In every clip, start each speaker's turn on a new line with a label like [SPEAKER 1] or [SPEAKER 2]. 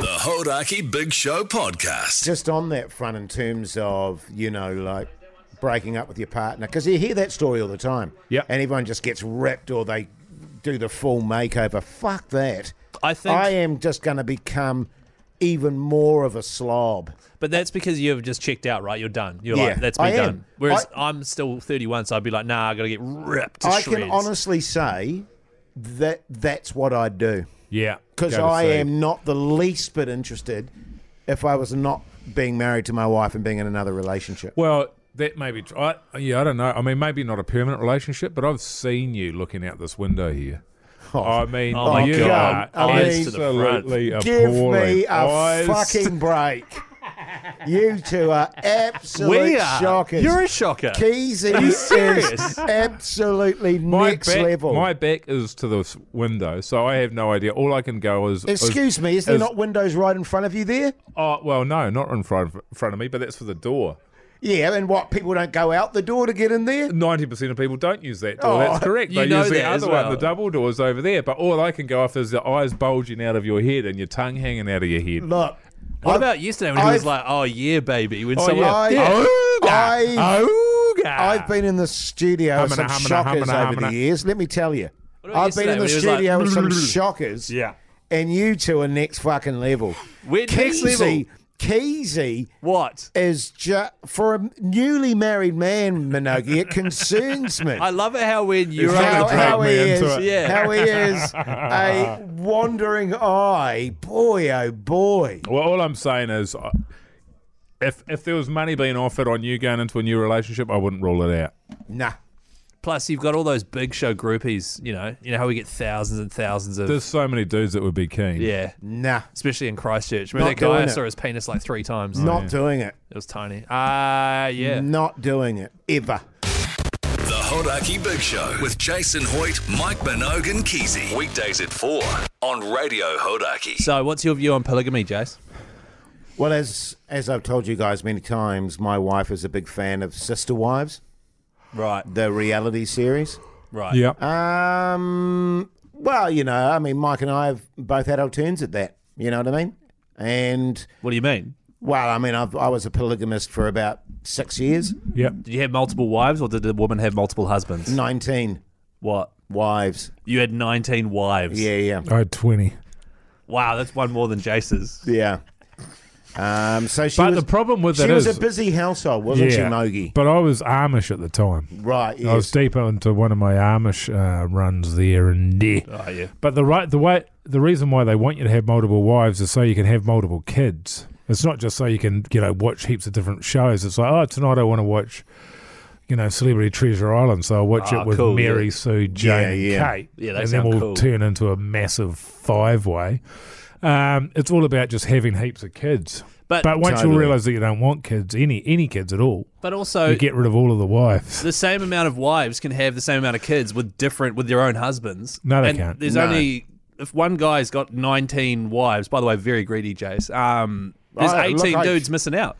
[SPEAKER 1] Hodaki Big Show Podcast.
[SPEAKER 2] Just on that front, in terms of, you know, like breaking up with your partner, because you hear that story all the time.
[SPEAKER 3] Yep.
[SPEAKER 2] And everyone just gets ripped or they do the full makeover. Fuck that.
[SPEAKER 3] I think-
[SPEAKER 2] I am just going to become even more of a slob.
[SPEAKER 3] But that's because you've just checked out, right? You're done. You're
[SPEAKER 2] Yeah,
[SPEAKER 3] like, that's me
[SPEAKER 2] I am.
[SPEAKER 3] done. Whereas
[SPEAKER 2] I-
[SPEAKER 3] I, am still 31, so I'd be like, nah, I gotta get ripped to
[SPEAKER 2] I
[SPEAKER 3] shreds.
[SPEAKER 2] can honestly say that that's what I'd do.
[SPEAKER 3] yeah,
[SPEAKER 2] because
[SPEAKER 3] go to
[SPEAKER 2] I
[SPEAKER 3] sleep.
[SPEAKER 2] am not the least bit interested if I was not being married to my wife and being in another relationship.
[SPEAKER 4] Well, that may be. tr- I, yeah, I don't know. I mean, maybe not a permanent relationship, but I've seen you looking out this window here. I mean,
[SPEAKER 3] Oh my
[SPEAKER 4] you
[SPEAKER 3] God.
[SPEAKER 4] are
[SPEAKER 2] I mean,
[SPEAKER 4] absolutely
[SPEAKER 2] Give
[SPEAKER 4] appalling.
[SPEAKER 2] me a
[SPEAKER 4] I s-
[SPEAKER 2] fucking break. You two are absolute
[SPEAKER 3] We are.
[SPEAKER 2] shockers.
[SPEAKER 3] You're a shocker.
[SPEAKER 2] Keezy
[SPEAKER 3] Are you
[SPEAKER 2] is
[SPEAKER 3] serious?
[SPEAKER 2] absolutely
[SPEAKER 4] my
[SPEAKER 2] next
[SPEAKER 4] back,
[SPEAKER 2] level.
[SPEAKER 4] My back is to this window, so I have no idea. All I can go is. is-
[SPEAKER 2] Excuse me, is there not windows right in front of you there?
[SPEAKER 4] Oh well, no, not in front of, front of me, but that's for the door.
[SPEAKER 2] Yeah, and what people don't go out the door to get in there?
[SPEAKER 4] Ninety percent of people don't use that door.
[SPEAKER 2] Oh,
[SPEAKER 4] that's correct.
[SPEAKER 3] you
[SPEAKER 4] They
[SPEAKER 3] know
[SPEAKER 4] use the
[SPEAKER 3] that as
[SPEAKER 4] other
[SPEAKER 3] well.
[SPEAKER 4] one. The double door's over there. But all I can go off is the eyes bulging out of your head and your tongue hanging out of your head.
[SPEAKER 2] Look.
[SPEAKER 3] What about yesterday when he was
[SPEAKER 2] I've-
[SPEAKER 3] like, oh, yeah, baby? When
[SPEAKER 4] Oh,
[SPEAKER 3] someone,
[SPEAKER 2] I, I've-
[SPEAKER 4] Ooga.
[SPEAKER 2] I've been in the studio with
[SPEAKER 4] Humana,
[SPEAKER 2] some
[SPEAKER 4] humana,
[SPEAKER 2] shockers
[SPEAKER 4] humana,
[SPEAKER 2] over the
[SPEAKER 4] humana.
[SPEAKER 2] years. Let me tell you,
[SPEAKER 3] about
[SPEAKER 2] I've been
[SPEAKER 3] yesterday
[SPEAKER 2] in the
[SPEAKER 3] when he was like,
[SPEAKER 2] studio with some shockers.
[SPEAKER 3] Yeah.
[SPEAKER 2] and you two are next fucking level.
[SPEAKER 3] We're next level.
[SPEAKER 2] Keezy
[SPEAKER 3] What?
[SPEAKER 2] is just for a newly married man, Minogi. It concerns me.
[SPEAKER 3] I love it how when you're
[SPEAKER 4] not
[SPEAKER 2] how,
[SPEAKER 4] gonna drag
[SPEAKER 2] how he
[SPEAKER 4] me into
[SPEAKER 2] is,
[SPEAKER 4] it.
[SPEAKER 3] Yeah.
[SPEAKER 2] how he is a wandering eye, boy oh boy.
[SPEAKER 4] Well, all I'm saying is, uh, if if there was money being offered on you going into a new relationship, I wouldn't rule it out.
[SPEAKER 2] Nah,
[SPEAKER 3] Plus, you've got all those big show groupies. You know, you know how we get thousands and thousands of
[SPEAKER 4] There's so many dudes that would be keen.
[SPEAKER 3] yeah,
[SPEAKER 2] nah,
[SPEAKER 3] especially in Christchurch. Remember
[SPEAKER 2] Not
[SPEAKER 3] that guy?
[SPEAKER 2] doing
[SPEAKER 3] I
[SPEAKER 2] it.
[SPEAKER 3] saw his penis like three times.
[SPEAKER 2] not doing it.
[SPEAKER 3] It was tiny. Ah, uh, yeah.
[SPEAKER 2] Not doing it ever.
[SPEAKER 1] The Hodaki Big Show with Jason Hoyt, Mike Minogue, and Keezy. Weekdays at 4 on Radio Hodaki.
[SPEAKER 3] So, what's your view on polygamy, Jace?
[SPEAKER 2] Well, as as I've told you guys many times, my wife is a big fan of Sister Wives,
[SPEAKER 3] Right,
[SPEAKER 2] the reality series.
[SPEAKER 3] right.
[SPEAKER 4] Yep.
[SPEAKER 2] Um, well, you know, I mean, Mike and I have both had our turns at that. You know what I mean? And
[SPEAKER 3] What do you mean?
[SPEAKER 2] well, I mean, I've, I was a polygamist for about six years,
[SPEAKER 4] yep.
[SPEAKER 3] Did you have multiple wives, or did the woman have multiple husbands?
[SPEAKER 2] nineteen
[SPEAKER 3] What?
[SPEAKER 2] wives.
[SPEAKER 3] You had 19 wives.
[SPEAKER 2] Yeah, yeah,
[SPEAKER 4] I had 20.
[SPEAKER 3] Wow, that's one more than Jace's.
[SPEAKER 2] yeah. Um, so she
[SPEAKER 4] But
[SPEAKER 2] was.
[SPEAKER 4] the problem with
[SPEAKER 2] she
[SPEAKER 4] it
[SPEAKER 2] was
[SPEAKER 4] is-
[SPEAKER 2] a busy household, wasn't she, Mogi?
[SPEAKER 4] But I was Amish at the time.
[SPEAKER 2] Right. Yes.
[SPEAKER 4] I was deeper into one of my Amish uh, runs there and there.
[SPEAKER 3] Oh, yeah.
[SPEAKER 4] But the right, the way, the reason why they want you to have multiple wives is so you can have multiple kids. It's not just so you can, you know, watch heaps of different shows. It's like, oh, tonight I want to watch, you know, Celebrity Treasure Island, so I'll watch
[SPEAKER 3] Ah,
[SPEAKER 4] it with
[SPEAKER 3] cool,
[SPEAKER 4] Mary,
[SPEAKER 3] yeah.
[SPEAKER 4] Sue, Jane,
[SPEAKER 2] Yeah, yeah.
[SPEAKER 4] and Kate,
[SPEAKER 3] Yeah, they
[SPEAKER 4] and then
[SPEAKER 3] sound
[SPEAKER 4] we'll
[SPEAKER 3] cool.
[SPEAKER 4] turn into a massive five-way. Um, it's all about just having heaps of kids.
[SPEAKER 3] But-
[SPEAKER 4] but once you
[SPEAKER 2] Totally.
[SPEAKER 4] realise that you don't want kids, any any kids at all,
[SPEAKER 3] But also,
[SPEAKER 4] you get rid of all of the wives.
[SPEAKER 3] the same amount of wives can have the same amount of kids with different with their own husbands.
[SPEAKER 4] No, they
[SPEAKER 3] and
[SPEAKER 4] can't.
[SPEAKER 3] There's
[SPEAKER 2] No.
[SPEAKER 3] only if one guy's got 19 wives. By the way, very greedy, Jace. Um, there's
[SPEAKER 2] Oh, look,
[SPEAKER 3] 18
[SPEAKER 2] I-
[SPEAKER 3] dudes missing out.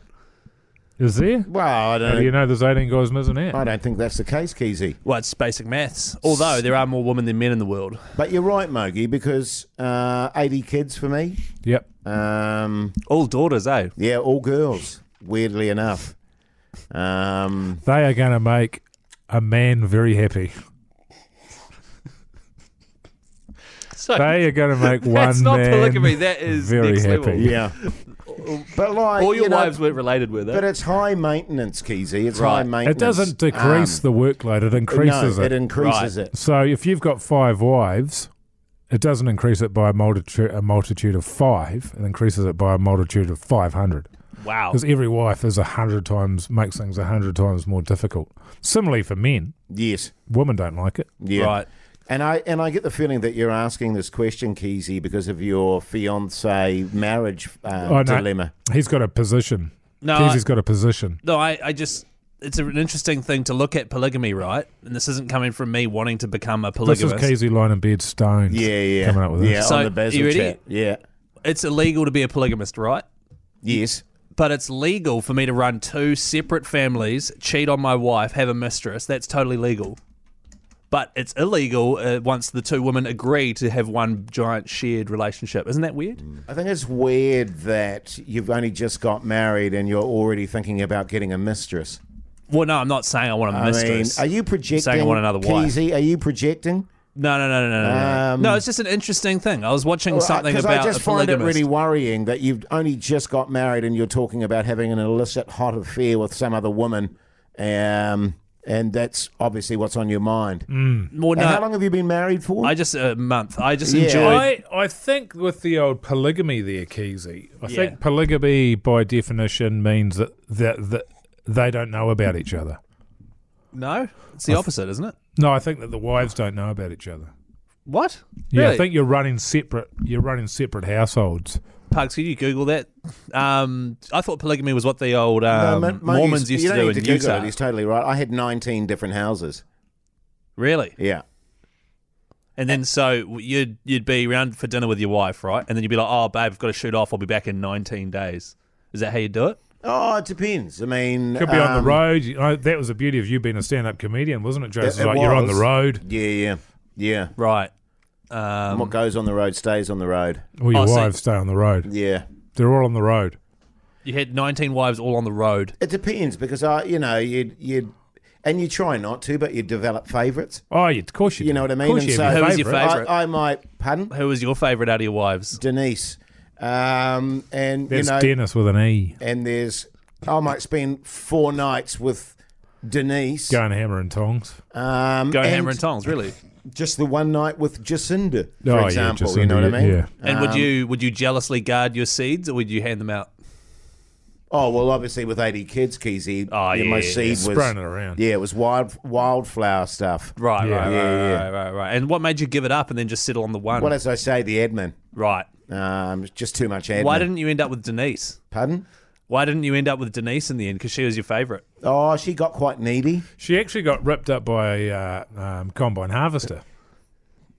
[SPEAKER 4] Is there?
[SPEAKER 2] well, I
[SPEAKER 4] How do you
[SPEAKER 2] don't.
[SPEAKER 4] know there's 18 guys missing
[SPEAKER 2] I
[SPEAKER 4] out?
[SPEAKER 2] don't think that's the case, Keezy.
[SPEAKER 3] Well, it's basic maths. Although there are more women than men in the world.
[SPEAKER 2] But you're right, Mogi, because uh, 80 kids for me.
[SPEAKER 4] Yep.
[SPEAKER 2] Um,
[SPEAKER 3] All daughters, eh?
[SPEAKER 2] yeah, all girls, weirdly enough. Um,
[SPEAKER 4] They are going to make a man very happy.
[SPEAKER 3] So
[SPEAKER 4] They are going to make one
[SPEAKER 3] that's not
[SPEAKER 4] man
[SPEAKER 3] polygamy. That is
[SPEAKER 4] very
[SPEAKER 3] next
[SPEAKER 4] happy.
[SPEAKER 3] level.
[SPEAKER 2] yeah. but like,
[SPEAKER 3] All your
[SPEAKER 2] you know,
[SPEAKER 3] wives weren't related with
[SPEAKER 2] But
[SPEAKER 3] it.
[SPEAKER 2] it's high maintenance, Keezy. It's
[SPEAKER 3] Right.
[SPEAKER 2] high
[SPEAKER 3] It
[SPEAKER 2] maintenance.
[SPEAKER 4] It doesn't decrease the workload; it
[SPEAKER 2] Um,
[SPEAKER 4] increases
[SPEAKER 2] no,
[SPEAKER 4] it.
[SPEAKER 2] it increases
[SPEAKER 3] Right.
[SPEAKER 2] it.
[SPEAKER 4] so if you've got five wives, it doesn't increase it by a multitude a multitude of five. It increases it by a multitude of five hundred.
[SPEAKER 2] Oh.
[SPEAKER 3] Wow.
[SPEAKER 4] Because every wife is a hundred times makes things a hundred times more difficult. Similarly for men,
[SPEAKER 2] Yes.
[SPEAKER 4] women don't like it.
[SPEAKER 2] Yeah.
[SPEAKER 3] Right.
[SPEAKER 2] And I and I get the feeling that you're asking this question, Keezy, because of your fiance marriage uh,
[SPEAKER 4] Oh, no.
[SPEAKER 2] dilemma.
[SPEAKER 4] He's got a position.
[SPEAKER 3] No,
[SPEAKER 4] Keezy's
[SPEAKER 3] I-
[SPEAKER 4] got a position.
[SPEAKER 3] No, I, I just it's an interesting thing to look at polygamy, right? And this isn't coming from me wanting to become a
[SPEAKER 4] This is
[SPEAKER 3] polygamist.
[SPEAKER 4] Keezy lying in bed stoned.
[SPEAKER 2] Yeah, yeah.
[SPEAKER 4] Coming up with
[SPEAKER 2] yeah,
[SPEAKER 4] this.
[SPEAKER 3] So,
[SPEAKER 2] on the Basil
[SPEAKER 3] you ready?
[SPEAKER 2] chat. Yeah.
[SPEAKER 3] It's illegal to be a polygamist, right?
[SPEAKER 2] Yes.
[SPEAKER 3] But it's legal for me to run two separate families, cheat on my wife, have a mistress. That's totally legal. But it's illegal uh, once the two women agree to have one giant shared relationship. Isn't that weird?
[SPEAKER 2] I think it's weird that you've only just got married and you're already thinking about getting a mistress.
[SPEAKER 3] Well, no, I'm not saying I want a
[SPEAKER 2] I
[SPEAKER 3] mistress.
[SPEAKER 2] mean, are you
[SPEAKER 3] I'm
[SPEAKER 2] projecting?
[SPEAKER 3] saying I want another wife?
[SPEAKER 2] Keezy, are you projecting?
[SPEAKER 3] No, no, no, no, no, no.
[SPEAKER 2] Um,
[SPEAKER 3] no, it's just an interesting thing. I was watching
[SPEAKER 2] Well, uh,
[SPEAKER 3] something
[SPEAKER 2] 'cause
[SPEAKER 3] about
[SPEAKER 2] I just
[SPEAKER 3] a
[SPEAKER 2] find it
[SPEAKER 3] polygamist.
[SPEAKER 2] really worrying that you've only just got married and you're talking about having an illicit hot affair with some other woman, um, and that's obviously what's on your mind.
[SPEAKER 3] Well,
[SPEAKER 2] And how
[SPEAKER 3] Mm. no,
[SPEAKER 2] long have you been married for?
[SPEAKER 3] I just a month. I just
[SPEAKER 2] Yeah.
[SPEAKER 3] enjoy.
[SPEAKER 4] I, I think with the old polygamy there, Keezy, I
[SPEAKER 3] Yeah.
[SPEAKER 4] think polygamy by definition means that, that, that they don't know about each other.
[SPEAKER 3] No, it's the opposite, isn't it?
[SPEAKER 4] No, I think that the wives don't know about each other.
[SPEAKER 3] What?
[SPEAKER 4] Yeah,
[SPEAKER 3] really?
[SPEAKER 4] I think you're running separate. You're running separate households.
[SPEAKER 3] Pugs, could you Google that? Um, I thought polygamy was what the old
[SPEAKER 2] No,
[SPEAKER 3] um,
[SPEAKER 2] Mo- Mo
[SPEAKER 3] Mormons used
[SPEAKER 2] Uh, you
[SPEAKER 3] to
[SPEAKER 2] don't
[SPEAKER 3] do
[SPEAKER 2] need
[SPEAKER 3] in
[SPEAKER 2] to Google
[SPEAKER 3] Utah.
[SPEAKER 2] it. He's totally right. I had 19 different houses.
[SPEAKER 3] Really?
[SPEAKER 2] Yeah.
[SPEAKER 3] And then so you'd you'd be around for dinner with your wife, right? And then you'd be like, "Oh, babe, I've got to shoot off. I'll be back in 19 days." Is that how you do it?
[SPEAKER 2] Oh, it depends. I mean,
[SPEAKER 4] Could be on
[SPEAKER 2] um,
[SPEAKER 4] the road. You know, that was the beauty of you being a stand-up comedian, wasn't it, Jason?
[SPEAKER 2] it
[SPEAKER 4] like you're on the
[SPEAKER 2] was.
[SPEAKER 4] road.
[SPEAKER 2] Yeah, yeah, yeah.
[SPEAKER 3] Right. Um,
[SPEAKER 2] And what goes on the road stays on the road.
[SPEAKER 4] All your
[SPEAKER 3] Oh, so-
[SPEAKER 4] wives stay on the road.
[SPEAKER 2] Yeah.
[SPEAKER 4] They're all on the road.
[SPEAKER 3] You had 19 wives all on the road.
[SPEAKER 2] It depends because I, you know, you'd you'd and you try not to, but you develop favorites.
[SPEAKER 4] Oh, you, of course you.
[SPEAKER 2] You
[SPEAKER 4] do.
[SPEAKER 2] know what I
[SPEAKER 4] Of
[SPEAKER 2] mean?
[SPEAKER 4] course
[SPEAKER 2] And
[SPEAKER 4] you
[SPEAKER 2] so-
[SPEAKER 4] have
[SPEAKER 3] Who was your
[SPEAKER 4] favourite.
[SPEAKER 3] favourite?
[SPEAKER 2] I, I might pardon
[SPEAKER 3] Who was your favourite out of your wives?
[SPEAKER 2] Denise, um, and
[SPEAKER 4] That's
[SPEAKER 2] you know,
[SPEAKER 4] Dennis with an E.
[SPEAKER 2] and there's I might spend four nights with Denise,
[SPEAKER 4] Going hammer and tongs.
[SPEAKER 2] um,
[SPEAKER 3] Go
[SPEAKER 2] and
[SPEAKER 3] hammer and tongs, really.
[SPEAKER 2] just the one night with Jacinda, for
[SPEAKER 4] Oh, yeah,
[SPEAKER 2] example.
[SPEAKER 4] Jacinda,
[SPEAKER 2] you know what I
[SPEAKER 4] yeah,
[SPEAKER 2] mean?
[SPEAKER 4] yeah.
[SPEAKER 3] And
[SPEAKER 2] Um,
[SPEAKER 3] would you would you jealously guard your seeds, or would you hand them out?
[SPEAKER 2] Oh well, obviously with eighty kids, Keezy,
[SPEAKER 3] Oh,
[SPEAKER 2] yeah,
[SPEAKER 3] yeah,
[SPEAKER 2] my
[SPEAKER 3] yeah,
[SPEAKER 2] seed
[SPEAKER 4] yeah.
[SPEAKER 2] was
[SPEAKER 4] Spraying it around.
[SPEAKER 2] Yeah, it was wild wildflower stuff.
[SPEAKER 3] Right,
[SPEAKER 4] Yeah.
[SPEAKER 3] right, right,
[SPEAKER 2] Yeah, yeah.
[SPEAKER 3] right, right, right. And what made you give it up and then just settle on the one?
[SPEAKER 2] Well, as I say, the admin.
[SPEAKER 3] right.
[SPEAKER 2] Um, it's just too much admin.
[SPEAKER 3] Why didn't you end up with Denise?
[SPEAKER 2] Pardon?
[SPEAKER 3] Why didn't you end up with Denise in the end? Because she was your favourite.
[SPEAKER 2] Oh, she got quite needy.
[SPEAKER 4] She actually got ripped up by a uh, um, combine harvester.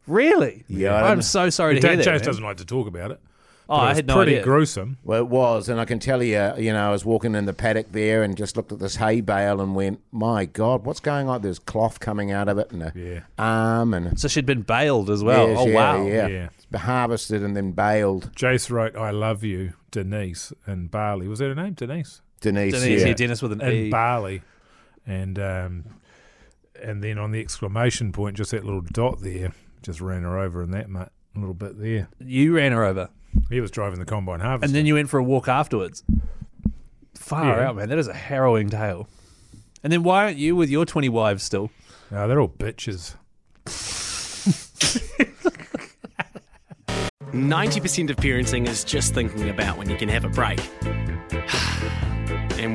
[SPEAKER 3] Really?
[SPEAKER 2] Yeah, I don't
[SPEAKER 3] I'm
[SPEAKER 2] know.
[SPEAKER 3] so sorry to hear
[SPEAKER 4] Dan
[SPEAKER 3] that.
[SPEAKER 4] Chase
[SPEAKER 3] man.
[SPEAKER 4] doesn't like to talk about it.
[SPEAKER 3] oh,
[SPEAKER 4] but it
[SPEAKER 3] I
[SPEAKER 4] was
[SPEAKER 3] had no
[SPEAKER 4] pretty
[SPEAKER 3] idea.
[SPEAKER 4] gruesome.
[SPEAKER 2] Well, it was, and I can tell you, you know, I was walking in the paddock there and just looked at this hay bale and went, "My God, what's going on?" There's cloth coming out of it and a
[SPEAKER 4] Yeah.
[SPEAKER 2] arm and
[SPEAKER 3] so she'd been bailed as well. oh wow.
[SPEAKER 2] yeah,
[SPEAKER 4] Yeah.
[SPEAKER 2] yeah. harvested and then baled.
[SPEAKER 4] Jace wrote, "I love you, Denise and Barley." Was that her name, Denise?
[SPEAKER 2] Denise,
[SPEAKER 3] Denise, yeah.
[SPEAKER 2] yeah.
[SPEAKER 3] Dennis with an
[SPEAKER 4] and
[SPEAKER 3] E.
[SPEAKER 4] barley, and um, and then on the exclamation point, just that little dot there, just ran her over in that mate, little bit there.
[SPEAKER 3] you ran her over,
[SPEAKER 4] He was driving the combine harvester.
[SPEAKER 3] and then you went for a walk afterwards. Far
[SPEAKER 4] Yeah.
[SPEAKER 3] out, man. That is a harrowing tale. And then why aren't you with your twenty wives still?
[SPEAKER 4] no, they're all bitches.
[SPEAKER 5] 90% of parenting is just thinking about when you can have a break. And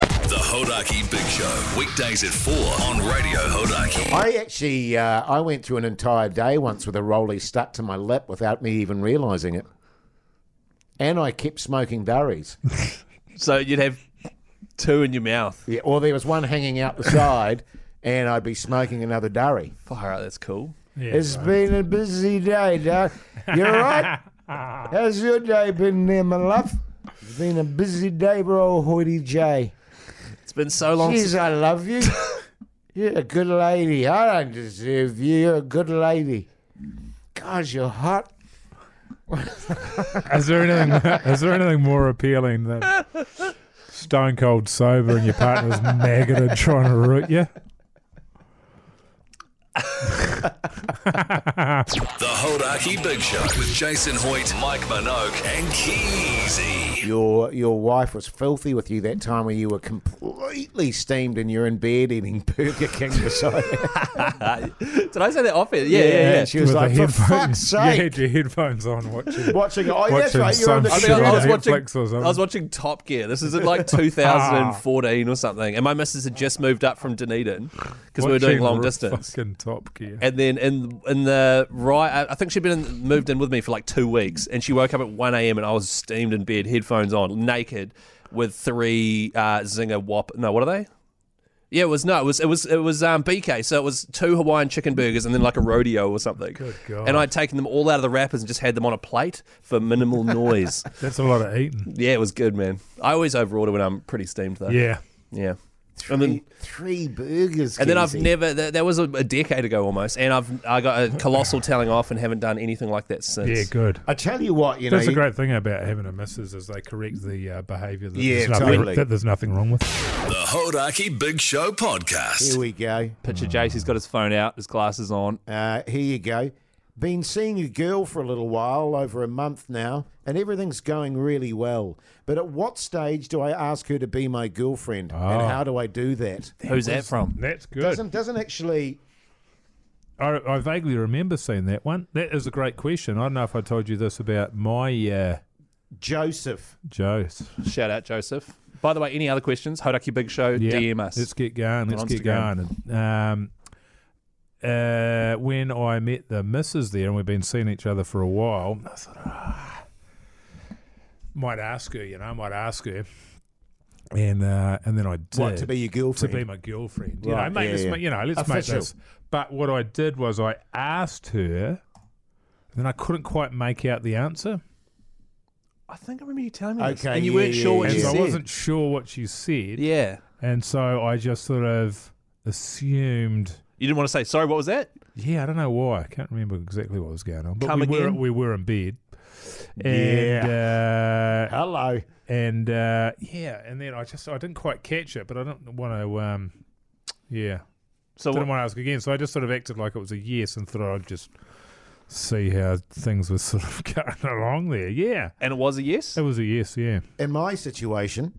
[SPEAKER 1] The Hodaki Big Show, weekdays at 4 on Radio Hodaki.
[SPEAKER 2] I actually, uh, I went through an entire day once with a rollie stuck to my lip without me even realising it, and I kept smoking durries.
[SPEAKER 3] So you'd have two in your mouth.
[SPEAKER 2] Yeah, or there was one hanging out the side, and I'd be smoking another durry.
[SPEAKER 3] Far out. That's cool.
[SPEAKER 2] It's been a busy day, Doc. You're right. How's your day been there, my love? It's been a busy day, bro, Hoity J.
[SPEAKER 3] It's been so long. since
[SPEAKER 2] Jeez, I love you. You're a good lady. I don't deserve you. You're a good lady. Gosh, you're hot.
[SPEAKER 4] Is there anything? is there anything more appealing than stone cold sober and your partner's maggoted trying to root you?
[SPEAKER 1] The Hodaki Big Show with Jason Hoyt, Mike Minogue, and Keezy.
[SPEAKER 2] Your your wife was filthy with you that time when you were completely steamed and you're in bed eating Burger King beside her.
[SPEAKER 3] Did I say that off it? Yeah, yeah, yeah.
[SPEAKER 2] And she was
[SPEAKER 4] With
[SPEAKER 2] like,
[SPEAKER 4] the
[SPEAKER 2] for fuck's
[SPEAKER 4] headphones- You
[SPEAKER 2] sake.
[SPEAKER 4] had your headphones on watching.
[SPEAKER 2] Watching, oh, that's
[SPEAKER 4] Watching
[SPEAKER 2] right. You're on the
[SPEAKER 4] some
[SPEAKER 3] I,
[SPEAKER 4] shit
[SPEAKER 3] mean, I
[SPEAKER 4] Yeah,
[SPEAKER 3] was
[SPEAKER 4] Netflix
[SPEAKER 3] watching.
[SPEAKER 4] or something.
[SPEAKER 3] I was watching Top Gear. This is in like 2014 or something, and my missus had just moved up from Dunedin because we were doing
[SPEAKER 4] Watching
[SPEAKER 3] long distance.
[SPEAKER 4] Fucking Top Gear.
[SPEAKER 3] And and then in in the right, I think she'd been in, moved in with me for like two weeks, and she woke up at one a.m. and I was steamed in bed, headphones on, naked, with three uh, zinger whop. No, what are they? Yeah, it was no, it was it was it was um, BK. So it was two Hawaiian chicken burgers and then like a rodeo or something. Good
[SPEAKER 4] God.
[SPEAKER 3] And I'd taken them all out of the wrappers and just had them on a plate for minimal noise.
[SPEAKER 4] That's a lot of eating.
[SPEAKER 3] yeah, it was good, man. I always overorder when I'm pretty steamed though.
[SPEAKER 4] Yeah.
[SPEAKER 3] yeah. And then
[SPEAKER 2] Three burgers.
[SPEAKER 3] and then I've
[SPEAKER 2] Keezy.
[SPEAKER 3] never. That, that was a, a decade ago almost, and I've I got a colossal telling off and haven't done anything like that since.
[SPEAKER 4] Yeah, good.
[SPEAKER 2] I tell you what, you know.
[SPEAKER 4] That's the
[SPEAKER 2] you-
[SPEAKER 4] great thing about having a missus is they correct the uh, behaviour that,
[SPEAKER 2] Yeah,
[SPEAKER 4] there's nothing,
[SPEAKER 2] totally.
[SPEAKER 4] that there's nothing wrong with.
[SPEAKER 1] The Hodaki Big Show Podcast.
[SPEAKER 2] Here we go.
[SPEAKER 3] Picture Jace, he's got his phone out, his glasses on.
[SPEAKER 2] Uh, here you go. Been seeing a girl for a little while, over a month now, and everything's going really well. But at what stage do I ask her to be my girlfriend, and
[SPEAKER 4] Oh.
[SPEAKER 2] how do I do that?
[SPEAKER 3] Who's that from?
[SPEAKER 4] That's good.
[SPEAKER 2] Doesn't doesn't actually.
[SPEAKER 4] I, I vaguely remember seeing that one. That is a great question. I don't know if I told you this about my uh,
[SPEAKER 2] Joseph,
[SPEAKER 4] Joe's.
[SPEAKER 3] Shout out Joseph. By the way, any other questions? Hodaki Big Show, DM us.
[SPEAKER 4] Let's get going. Let's
[SPEAKER 3] On
[SPEAKER 4] get going. Um, uh, when I met the missus there, and we've been seeing each other for a while, I thought, "Ah." might ask her, you know, might ask her, and uh, and then I did
[SPEAKER 2] what to be your
[SPEAKER 4] to
[SPEAKER 2] girlfriend?
[SPEAKER 4] be my girlfriend. You
[SPEAKER 2] Right,
[SPEAKER 4] know, mate,
[SPEAKER 2] yeah,
[SPEAKER 4] let's
[SPEAKER 2] yeah.
[SPEAKER 4] ma- you know, let's
[SPEAKER 2] Official.
[SPEAKER 4] make this. But what I did was I asked her, and then I couldn't quite make out the answer.
[SPEAKER 3] I think I remember you telling me this,
[SPEAKER 2] Okay,
[SPEAKER 3] and you
[SPEAKER 2] yeah,
[SPEAKER 3] weren't
[SPEAKER 2] yeah,
[SPEAKER 3] sure what
[SPEAKER 4] And
[SPEAKER 3] you
[SPEAKER 4] so I
[SPEAKER 3] said.
[SPEAKER 4] wasn't sure what she said.
[SPEAKER 3] yeah,
[SPEAKER 4] And so I just sort of assumed
[SPEAKER 3] you didn't want to say sorry. What was that?
[SPEAKER 4] Yeah, I don't know why. I can't remember exactly what was going on. But
[SPEAKER 3] Come
[SPEAKER 4] we were
[SPEAKER 3] again?
[SPEAKER 4] we were in bed. And uh,
[SPEAKER 2] Hello.
[SPEAKER 4] and uh, yeah, and then I just I didn't quite catch it, but I don't want to um yeah.
[SPEAKER 3] So
[SPEAKER 4] Didn't
[SPEAKER 3] what,
[SPEAKER 4] want to ask again. So I just sort of acted like it was a yes and thought I'd just see how things were sort of going along there. Yeah.
[SPEAKER 3] and it was a yes.
[SPEAKER 4] It was a yes, yeah.
[SPEAKER 2] In my situation,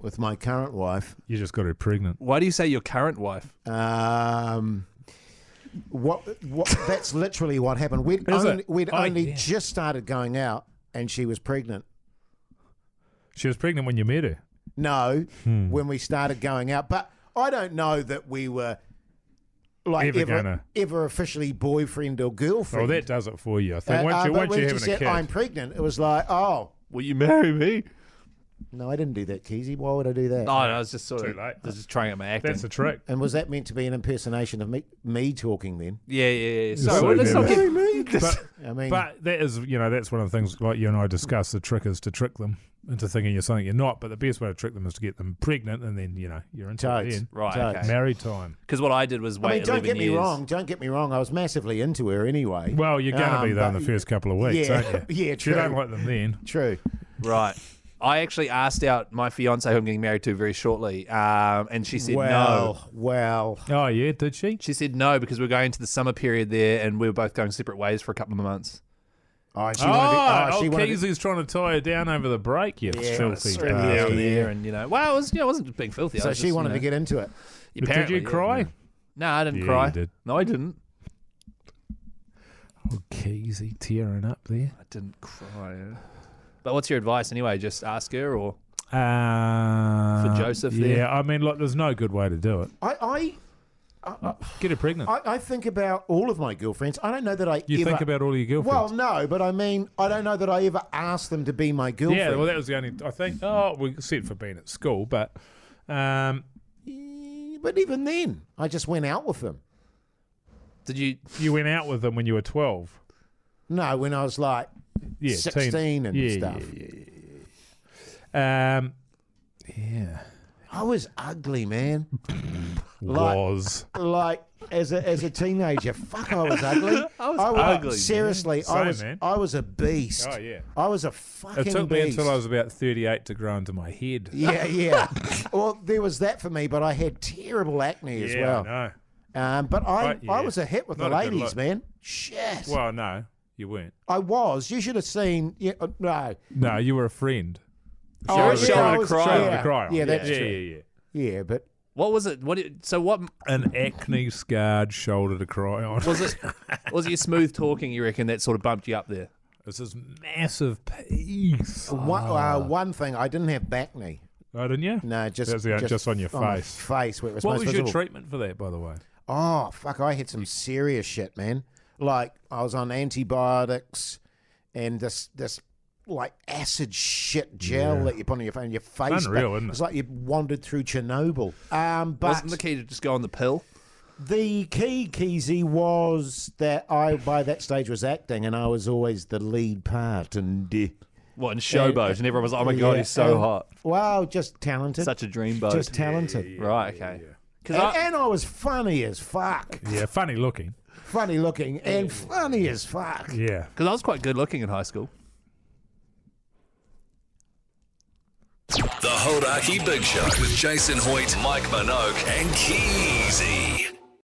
[SPEAKER 2] with my current wife,
[SPEAKER 4] You just got her pregnant.
[SPEAKER 3] Why do you say your current wife?
[SPEAKER 2] Um, what, what? That's literally what happened. We'd
[SPEAKER 4] Is
[SPEAKER 2] only,
[SPEAKER 4] it?
[SPEAKER 2] we'd
[SPEAKER 4] Oh,
[SPEAKER 2] only
[SPEAKER 4] yeah.
[SPEAKER 2] just started going out, and she was pregnant.
[SPEAKER 4] She was pregnant when you met her.
[SPEAKER 2] No,
[SPEAKER 4] Hmm.
[SPEAKER 2] when we started going out, but I don't know that we were like
[SPEAKER 4] Ever
[SPEAKER 2] ever ever,
[SPEAKER 4] gonna.
[SPEAKER 2] officially boyfriend or
[SPEAKER 4] Oh,
[SPEAKER 2] girlfriend.
[SPEAKER 4] that does it for you. I
[SPEAKER 2] Uh,
[SPEAKER 4] think once
[SPEAKER 2] uh,
[SPEAKER 4] you
[SPEAKER 2] but
[SPEAKER 4] once
[SPEAKER 2] when
[SPEAKER 4] you're
[SPEAKER 2] she
[SPEAKER 4] having a
[SPEAKER 2] said,
[SPEAKER 4] kid.
[SPEAKER 2] "I'm pregnant," it was like, "Oh,
[SPEAKER 3] Will you marry me?
[SPEAKER 2] no, I didn't do that, Keezy. Why would I do that?"
[SPEAKER 3] Oh, No, no, I was just sort of
[SPEAKER 4] Too late.
[SPEAKER 3] I was just trying out my acting.
[SPEAKER 4] That's the trick.
[SPEAKER 2] And was that meant to be an impersonation of me, me talking? Then
[SPEAKER 3] yeah, yeah, yeah.
[SPEAKER 4] so
[SPEAKER 3] So well, let's
[SPEAKER 4] good.
[SPEAKER 3] not get.
[SPEAKER 4] But
[SPEAKER 2] I mean,
[SPEAKER 4] But that is, you know, that's one of the things like you and I discuss. The trick is to trick them into thinking you're something you're not. But the best way to trick them is to get them pregnant, and then you know you're into it
[SPEAKER 2] Totes.
[SPEAKER 4] then.
[SPEAKER 3] Right,
[SPEAKER 2] Totes.
[SPEAKER 3] okay.
[SPEAKER 4] Married time.
[SPEAKER 3] Because what I did was wait
[SPEAKER 2] I mean, don't
[SPEAKER 3] 11
[SPEAKER 2] get me
[SPEAKER 3] years.
[SPEAKER 2] wrong. Don't get me wrong. I was massively into her anyway.
[SPEAKER 4] Well, you're going to be
[SPEAKER 2] Um,
[SPEAKER 4] there in
[SPEAKER 2] but-
[SPEAKER 4] the first couple of weeks,
[SPEAKER 2] yeah,
[SPEAKER 4] aren't you?
[SPEAKER 2] yeah,
[SPEAKER 4] If
[SPEAKER 2] true.
[SPEAKER 4] You don't like them then.
[SPEAKER 2] True.
[SPEAKER 3] Right. I actually asked out my fiance, who I'm getting married to very shortly, um, and she said no.
[SPEAKER 2] well, well.
[SPEAKER 4] Oh yeah, did she?
[SPEAKER 3] She said no because we are going into the summer period there, and we were both going separate ways for a couple of months.
[SPEAKER 2] Oh, she
[SPEAKER 4] oh,
[SPEAKER 2] wanted to,
[SPEAKER 4] oh,
[SPEAKER 2] oh, she wanted to-
[SPEAKER 4] Keezy's trying to tie her down over the break. You filthy.
[SPEAKER 3] Sort of
[SPEAKER 4] bastard.
[SPEAKER 3] down there, and you know, well, it was, you know, I wasn't being filthy.
[SPEAKER 2] so she wanted to get into it.
[SPEAKER 3] get.
[SPEAKER 4] Did you cry?
[SPEAKER 3] No, I didn't
[SPEAKER 4] Yeah,
[SPEAKER 3] cry.
[SPEAKER 4] you did.
[SPEAKER 3] No, I didn't.
[SPEAKER 4] Oh, Keezy tearing up there.
[SPEAKER 3] I didn't cry. But what's your advice anyway? Just ask her, or
[SPEAKER 4] Uh,
[SPEAKER 3] Joseph
[SPEAKER 4] Yeah,
[SPEAKER 3] there.
[SPEAKER 4] I mean, look, there's no good way to do it.
[SPEAKER 2] I, I
[SPEAKER 4] Get her pregnant.
[SPEAKER 2] I, I think about all of my girlfriends. I don't know that I
[SPEAKER 4] you
[SPEAKER 2] ever.
[SPEAKER 4] think about all your girlfriends.
[SPEAKER 2] well, no, but I mean, I don't know that I ever asked them to be my girlfriend.
[SPEAKER 4] Yeah, well, that was the only. I
[SPEAKER 2] Mm-hmm.
[SPEAKER 4] think. Oh, we said for being at school, but um,
[SPEAKER 2] Eh, but even then, I just went out with them.
[SPEAKER 3] did you?
[SPEAKER 4] you went out with them when you were twelve.
[SPEAKER 2] No, when I was like
[SPEAKER 4] Yeah, teen-
[SPEAKER 2] 16 and
[SPEAKER 4] yeah,
[SPEAKER 2] stuff.
[SPEAKER 4] yeah. Um, yeah,
[SPEAKER 2] I was ugly, man. Like-
[SPEAKER 4] was
[SPEAKER 2] like as a as a teenager, fuck, I was ugly. I was,
[SPEAKER 3] ugly, man.
[SPEAKER 2] Seriously, I
[SPEAKER 4] Same,
[SPEAKER 2] was
[SPEAKER 4] man.
[SPEAKER 2] I was a beast.
[SPEAKER 4] Oh, yeah.
[SPEAKER 2] I was a fucking.
[SPEAKER 4] it took me
[SPEAKER 2] beast.
[SPEAKER 4] until I was about thirty-eight to grow into my head.
[SPEAKER 2] Yeah, yeah. well, there was that for me, but I had terrible acne as
[SPEAKER 4] Yeah,
[SPEAKER 2] well.
[SPEAKER 4] no.
[SPEAKER 2] Um, but I,
[SPEAKER 4] But, yeah,
[SPEAKER 2] I was a hit with the
[SPEAKER 4] not a good
[SPEAKER 2] ladies,
[SPEAKER 4] look.
[SPEAKER 2] man. Shit,
[SPEAKER 4] Well, no, you weren't.
[SPEAKER 2] I was. You should have seen. Yeah, uh, no.
[SPEAKER 4] No, you were a friend.
[SPEAKER 2] Oh,
[SPEAKER 3] was a shoulder to
[SPEAKER 2] was
[SPEAKER 3] cry on.
[SPEAKER 4] Shoulder to cry on.
[SPEAKER 2] Yeah, that's
[SPEAKER 4] yeah,
[SPEAKER 2] true.
[SPEAKER 4] yeah, yeah.
[SPEAKER 2] Yeah, but
[SPEAKER 3] What was it? What? Did, so what
[SPEAKER 4] An acne scarred shoulder to cry on.
[SPEAKER 3] was it? was it your smooth talking? You reckon that sort of bumped you up there?
[SPEAKER 4] It's this massive piece.
[SPEAKER 2] one, uh, one thing I didn't have back knee.
[SPEAKER 4] Oh, didn't you?
[SPEAKER 2] No, just
[SPEAKER 4] That's the- just on your
[SPEAKER 2] my
[SPEAKER 4] face.
[SPEAKER 2] face where it was
[SPEAKER 4] What
[SPEAKER 2] most
[SPEAKER 4] was your
[SPEAKER 2] visible.
[SPEAKER 4] treatment for that, by the way?
[SPEAKER 2] Oh, fuck, I had some serious shit, man. Like, I was on antibiotics and this, this like acid shit gel that you put on your, on your face.
[SPEAKER 4] Unreal,
[SPEAKER 2] but
[SPEAKER 4] isn't it?
[SPEAKER 2] It's like you wandered through Chernobyl. Um, but
[SPEAKER 3] Wasn't the key to just go on the pill?
[SPEAKER 2] the key, Keezy, was that I, by that stage, was acting and I was always the lead part. And uh,
[SPEAKER 3] What, in Showboat? and everyone was like, oh my God,
[SPEAKER 2] yeah,
[SPEAKER 3] he's so
[SPEAKER 2] um,
[SPEAKER 3] hot.
[SPEAKER 2] Wow, just talented.
[SPEAKER 6] Such a dream boat.
[SPEAKER 2] Just talented.
[SPEAKER 3] Right, okay. Because
[SPEAKER 2] And, and I was funny as fuck.
[SPEAKER 4] Yeah, funny looking.
[SPEAKER 2] Funny looking and funny as fuck.
[SPEAKER 4] Yeah.
[SPEAKER 3] I, was quite good looking in high school.
[SPEAKER 1] The Hodaki Big Show with Jason Hoyt, Mike Minogue, and Keezy.